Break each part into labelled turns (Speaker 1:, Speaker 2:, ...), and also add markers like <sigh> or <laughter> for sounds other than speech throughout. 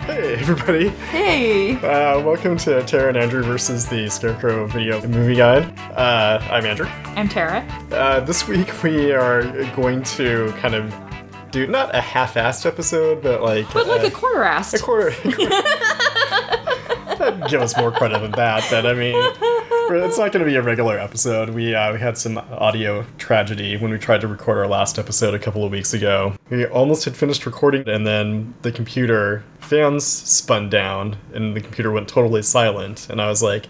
Speaker 1: Hey, everybody.
Speaker 2: Hey!
Speaker 1: Uh, welcome to Tara and Andrew versus the Scarecrow Video Movie Guide. Uh, I'm Andrew.
Speaker 2: I'm Tara.
Speaker 1: Uh, this week we are going to kind of do not a half-assed episode, but like
Speaker 2: But like
Speaker 1: uh,
Speaker 2: a quarter assed.
Speaker 1: <laughs> quarter. That'd give us more credit than that, but I mean, we're- it's not going to be a regular episode. We uh, we had some audio tragedy when we tried to record our last episode a couple of weeks ago. We almost had finished recording, and then the computer fans spun down, and the computer went totally silent. And I was like,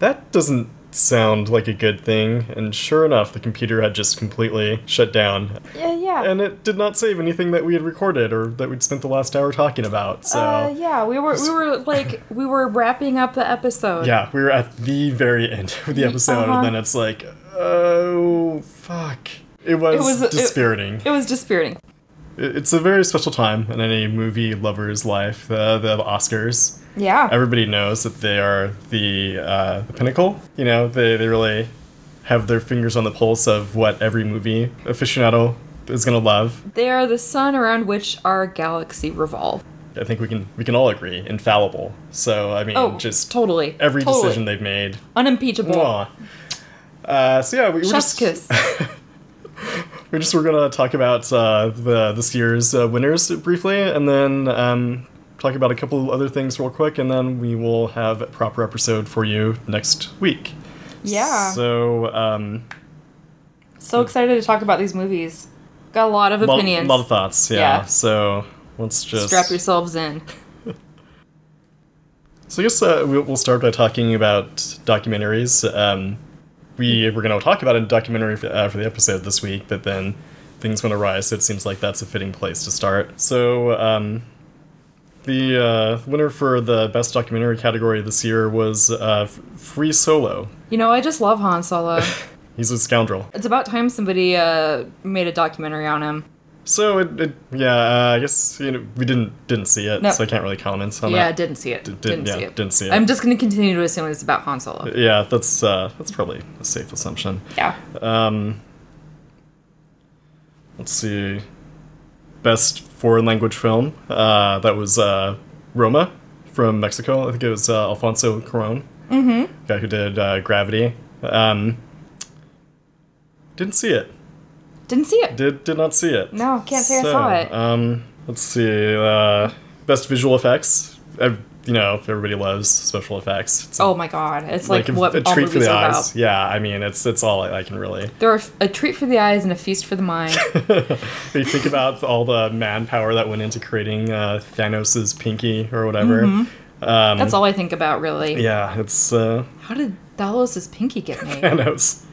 Speaker 1: that doesn't sound like a good thing. And sure enough, the computer had just completely shut down
Speaker 2: yeah, yeah.
Speaker 1: and it did not save anything that we had recorded or that we'd spent the last hour talking about. So
Speaker 2: uh, yeah, we were we were like we were wrapping up the episode.
Speaker 1: yeah, we were at the very end of the episode,
Speaker 2: Uh-huh.
Speaker 1: and then it's like, oh fuck. It was,
Speaker 2: was- it-
Speaker 1: dispiriting.
Speaker 2: It was dispiriting.
Speaker 1: It- it's a very special time in any movie lover's life. The the Oscars.
Speaker 2: Yeah.
Speaker 1: Everybody knows that they are the uh, the pinnacle. You know, they they really have their fingers on the pulse of what every movie aficionado is gonna love.
Speaker 2: they are the sun around which our galaxy revolves.
Speaker 1: I think we can we can all agree infallible. So I mean,
Speaker 2: Oh,
Speaker 1: just
Speaker 2: totally.
Speaker 1: every
Speaker 2: totally.
Speaker 1: decision they've made.
Speaker 2: Unimpeachable.
Speaker 1: Mwah. Uh, so yeah, we, we
Speaker 2: Chef's
Speaker 1: just
Speaker 2: kiss.
Speaker 1: <laughs> we just were gonna talk about uh, the this year's uh, winners briefly, and then um, talk about a couple of other things real quick, and then we will have a proper episode for you next week.
Speaker 2: yeah. So,
Speaker 1: So um,
Speaker 2: excited to talk about these movies. Got a lot of
Speaker 1: a lot,
Speaker 2: opinions.
Speaker 1: lot of thoughts. Yeah.
Speaker 2: Yeah.
Speaker 1: So let's just
Speaker 2: Strap yourselves in.
Speaker 1: So I guess uh, we- we'll start by talking about documentaries. Um, we were going to talk about a documentary for, uh, for the episode this week, but then things went awry, so it seems like that's a fitting place to start. So um, the uh, winner for the best documentary category this year was uh, F- Free Solo.
Speaker 2: You know, I just love
Speaker 1: <laughs>
Speaker 2: Han Solo.
Speaker 1: He's a scoundrel.
Speaker 2: it's about time somebody uh, made a documentary on him.
Speaker 1: So it, it yeah, uh, I guess you know, we didn't didn't see it,
Speaker 2: No.
Speaker 1: so I can't really comment on
Speaker 2: Yeah,
Speaker 1: that.
Speaker 2: didn't see it.
Speaker 1: didn't-
Speaker 2: didn't
Speaker 1: yeah,
Speaker 2: see it.
Speaker 1: didn't see it.
Speaker 2: I'm just gonna continue to assume it's about Han Solo.
Speaker 1: Yeah, that's uh, that's probably a safe assumption.
Speaker 2: Yeah.
Speaker 1: Um, let's see. Best foreign language film. Uh, that was uh, Roma from Mexico. I think it was uh, Alfonso Cuarón, mm-hmm. guy who did uh, Gravity. Um, didn't see it.
Speaker 2: Didn't see it.
Speaker 1: Did did not see it.
Speaker 2: No, can't say I saw it.
Speaker 1: Um, let's see. Uh, best visual effects. Ev- you know, everybody loves special effects. It's
Speaker 2: Oh my god. It's like, what
Speaker 1: a, a
Speaker 2: all
Speaker 1: treat
Speaker 2: movies
Speaker 1: for the
Speaker 2: are
Speaker 1: eyes.
Speaker 2: about.
Speaker 1: Yeah, I mean, it's it's all I, I can really.
Speaker 2: They're a, f- a treat for the eyes and a feast for the mind.
Speaker 1: When you think about all the manpower that went into creating uh, Thanos's pinky or whatever. <laughs>
Speaker 2: Mm-hmm.
Speaker 1: Um,
Speaker 2: That's all I think about really.
Speaker 1: yeah, it's uh, <laughs>
Speaker 2: How did Thalos' pinky get made?
Speaker 1: Thanos.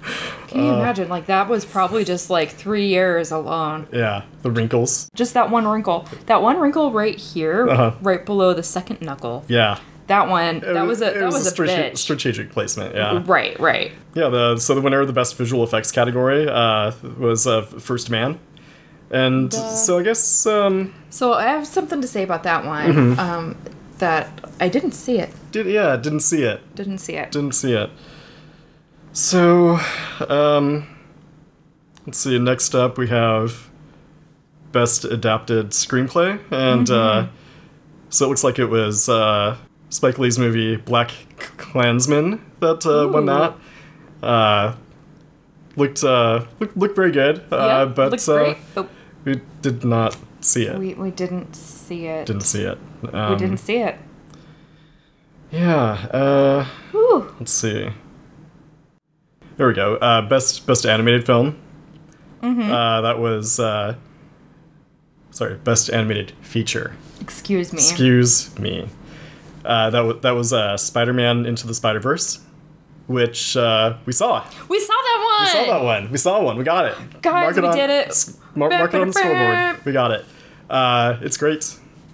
Speaker 2: Can
Speaker 1: Uh,
Speaker 2: you imagine? Like that was probably just like three years alone.
Speaker 1: Yeah, the wrinkles.
Speaker 2: Just that one wrinkle. That one wrinkle right here,
Speaker 1: Uh-huh.
Speaker 2: right below the second knuckle.
Speaker 1: Yeah,
Speaker 2: That one. That
Speaker 1: It
Speaker 2: was a
Speaker 1: it
Speaker 2: that was, a
Speaker 1: strate-
Speaker 2: bitch.
Speaker 1: strategic placement. Yeah,
Speaker 2: Right, right.
Speaker 1: yeah. The so the winner of the best visual effects category uh, was uh, First Man, and
Speaker 2: Duh.
Speaker 1: so I guess um,
Speaker 2: So I have something to say about that one.
Speaker 1: Mm-hmm.
Speaker 2: Um, that I didn't see it.
Speaker 1: did yeah didn't see it.
Speaker 2: Didn't see it.
Speaker 1: didn't see it. So, um, let's see. Next up, we have best adapted screenplay, and uh,
Speaker 2: Mm-hmm.
Speaker 1: so it looks like it was uh, Spike Lee's movie Black Klansman that uh, won
Speaker 2: Ooh.
Speaker 1: that. Uh, looked uh, looked looked very good, uh,
Speaker 2: Yeah,
Speaker 1: but
Speaker 2: looked
Speaker 1: uh,
Speaker 2: great, but
Speaker 1: we did not see it.
Speaker 2: we, we didn't see it.
Speaker 1: didn't see it. Um,
Speaker 2: we didn't see it.
Speaker 1: Yeah. Uh,
Speaker 2: Whew.
Speaker 1: Let's see. There we go. Uh, best best animated film.
Speaker 2: Mm-hmm.
Speaker 1: Uh, that was uh, sorry, best animated feature.
Speaker 2: Excuse me.
Speaker 1: Excuse me. Uh, that was that was uh, Spider-Man into the Spider-Verse, which uh, we saw.
Speaker 2: we saw that
Speaker 1: We
Speaker 2: one.
Speaker 1: saw that one. We saw one. We got it.
Speaker 2: Guys, we
Speaker 1: on-
Speaker 2: did it.
Speaker 1: s- mar- mark it on the scoreboard. We got it. Uh, it's great.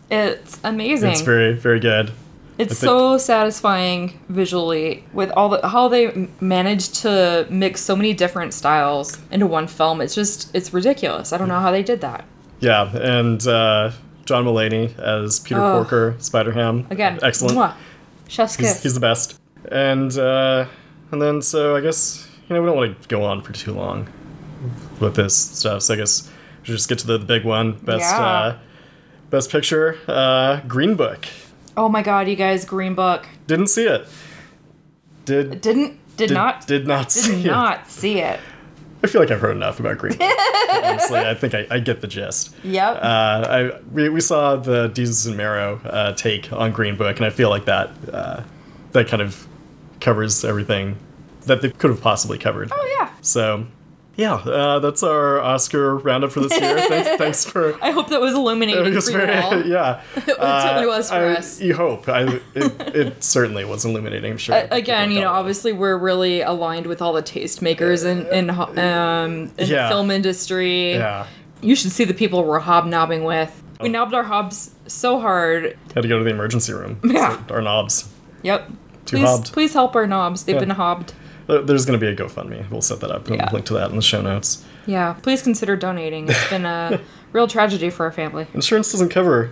Speaker 2: It's amazing.
Speaker 1: It's very very good.
Speaker 2: It's
Speaker 1: I think-
Speaker 2: so satisfying visually with all the how they m- managed to mix so many different styles into one film. It's just it's ridiculous. I don't know how they did that.
Speaker 1: Yeah, and uh, John Mulaney as Peter
Speaker 2: Oh.
Speaker 1: Porker, Spider Ham.
Speaker 2: Again,
Speaker 1: excellent.
Speaker 2: mwah. Chef's
Speaker 1: He's,
Speaker 2: kiss.
Speaker 1: he's the best. And uh, and then so I guess you know we don't want to go on for too long with this stuff. So I guess we should just get to the, the big one. Best
Speaker 2: Yeah.
Speaker 1: uh, best picture, uh, Green Book.
Speaker 2: Oh my god, you guys, Green Book.
Speaker 1: Didn't see it. Did
Speaker 2: Didn't did,
Speaker 1: did
Speaker 2: not
Speaker 1: did not <laughs>
Speaker 2: did
Speaker 1: see it.
Speaker 2: not see it.
Speaker 1: I feel like I've heard enough about Green Book. Honestly, I think I, I get the gist.
Speaker 2: Yep.
Speaker 1: Uh, I, we, we saw the Jesus and Marrow uh, take on Green Book, and I feel like that uh, that kind of covers everything that they could have possibly covered.
Speaker 2: oh yeah.
Speaker 1: So, yeah, uh, that's our Oscar roundup for this
Speaker 2: <laughs>
Speaker 1: year. thanks, thanks for.
Speaker 2: I hope that was illuminating
Speaker 1: It was
Speaker 2: for you
Speaker 1: very- <laughs>
Speaker 2: all. <laughs>
Speaker 1: yeah. It
Speaker 2: certainly was for us.
Speaker 1: You hope. I, it, it certainly was illuminating, I'm sure.
Speaker 2: Uh, Again, you know, obviously we're really aligned with all the tastemakers in in ho- um in
Speaker 1: Yeah.
Speaker 2: the film industry.
Speaker 1: Yeah. Oh.
Speaker 2: You should see the people we're hobnobbing with. We knobbed our hobs so hard.
Speaker 1: Had to go to the emergency room.
Speaker 2: Yeah.
Speaker 1: Our knobs.
Speaker 2: Yep.
Speaker 1: Too
Speaker 2: please,
Speaker 1: hobbed.
Speaker 2: please help our knobs. They've
Speaker 1: Yeah.
Speaker 2: been hobbed.
Speaker 1: There- There's going to be a GoFundMe. We'll set that up. and
Speaker 2: Yeah.
Speaker 1: link to that in the show notes.
Speaker 2: Yeah. Please consider donating. It's
Speaker 1: <laughs>
Speaker 2: been a real tragedy for our family.
Speaker 1: Insurance doesn't cover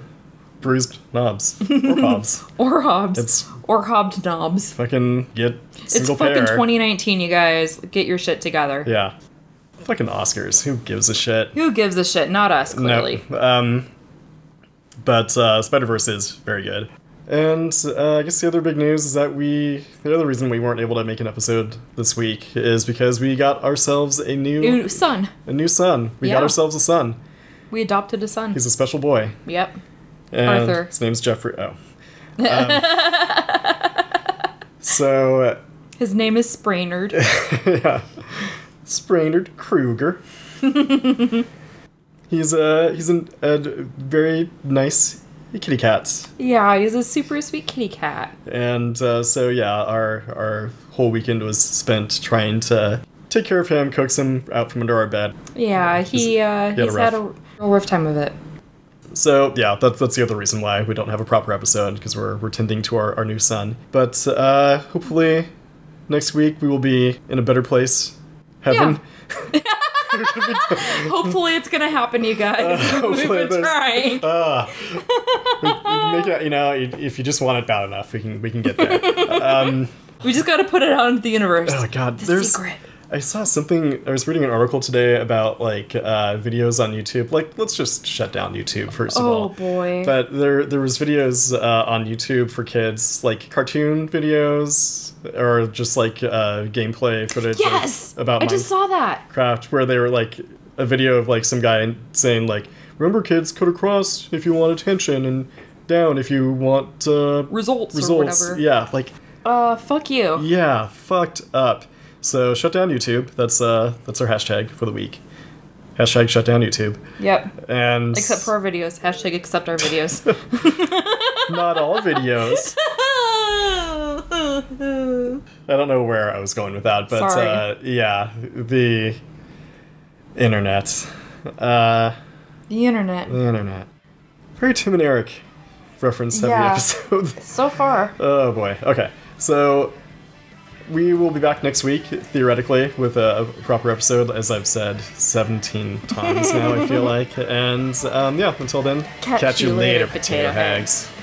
Speaker 1: bruised
Speaker 2: <laughs>
Speaker 1: knobs or bobs.
Speaker 2: Or hobs.
Speaker 1: It's-
Speaker 2: or hobbed knobs.
Speaker 1: fucking get
Speaker 2: It's
Speaker 1: single
Speaker 2: fucking
Speaker 1: payer.
Speaker 2: 2019, you guys. Get your shit together.
Speaker 1: Yeah. Fucking Oscars. Who gives a shit?
Speaker 2: Who gives a shit? Not us, clearly.
Speaker 1: No. Um, but uh, Spider Verse is very good. And uh, I guess the other big news is that we, the other reason we weren't able to make an episode this week is because we got ourselves a new,
Speaker 2: Ooh, son.
Speaker 1: a new son. We
Speaker 2: Yeah.
Speaker 1: got ourselves a son.
Speaker 2: We adopted a son.
Speaker 1: He's a special boy.
Speaker 2: Yep.
Speaker 1: And
Speaker 2: Arthur.
Speaker 1: His name's Jeffrey.
Speaker 2: <laughs>
Speaker 1: Oh. Um, so uh,
Speaker 2: His name is
Speaker 1: <laughs>
Speaker 2: Sprainard.
Speaker 1: yeah. Sprainerd Kruger. he's a he's an, a very nice kitty cat,
Speaker 2: yeah, he's a super sweet kitty cat.
Speaker 1: and uh, so yeah, our our whole weekend was spent trying to take care of him, coax him out from under our bed.
Speaker 2: Yeah, he uh,
Speaker 1: he had a
Speaker 2: he's had a
Speaker 1: rough-
Speaker 2: real rough time of it.
Speaker 1: So yeah, that's that's the other reason why we don't have a proper episode because we're we're tending to our, our new son. But uh, hopefully, next week we will be in a better place, heaven.
Speaker 2: <laughs> Hopefully, it's gonna happen,
Speaker 1: <laughs>
Speaker 2: you guys. We've
Speaker 1: Uh, hopefully
Speaker 2: been
Speaker 1: there's-
Speaker 2: trying.
Speaker 1: Ah. We- we can make it, you know, i- if you just want it bad enough, we can we can get
Speaker 2: <laughs>
Speaker 1: there.
Speaker 2: we just gotta put it out into the universe.
Speaker 1: oh God,
Speaker 2: the
Speaker 1: there's.
Speaker 2: secret.
Speaker 1: I saw something. I was reading an article today about like uh, videos on YouTube. Like, let's just shut down YouTube first of
Speaker 2: Oh,
Speaker 1: all.
Speaker 2: boy.
Speaker 1: But there there was videos uh, on YouTube for kids, like cartoon videos or just like uh, gameplay footage. of-
Speaker 2: Yes.
Speaker 1: about
Speaker 2: I just
Speaker 1: Minecraft.
Speaker 2: saw that.
Speaker 1: craft where they were like a video of like some guy saying like remember kids cut across if you want attention and down if you want uh,
Speaker 2: Results or
Speaker 1: results
Speaker 2: whatever.
Speaker 1: yeah like
Speaker 2: Uh, fuck you.
Speaker 1: yeah fucked up so shut down youtube that's uh that's our hashtag for the week hashtag shut down youtube
Speaker 2: Yep.
Speaker 1: and
Speaker 2: Except for our videos. Hashtag accept our videos.
Speaker 1: <laughs>
Speaker 2: <laughs>
Speaker 1: not all videos i don't know where i was going with that but
Speaker 2: Sorry.
Speaker 1: uh yeah the internet uh
Speaker 2: the internet.
Speaker 1: the internet very tim and eric reference heavy
Speaker 2: Yeah.
Speaker 1: episode
Speaker 2: So far.
Speaker 1: Oh boy. Okay. So we will be back next week, theoretically, with a proper episode, as I've said 17 times now, I feel like. And um, yeah, until then,
Speaker 2: Catch you later, potato hags.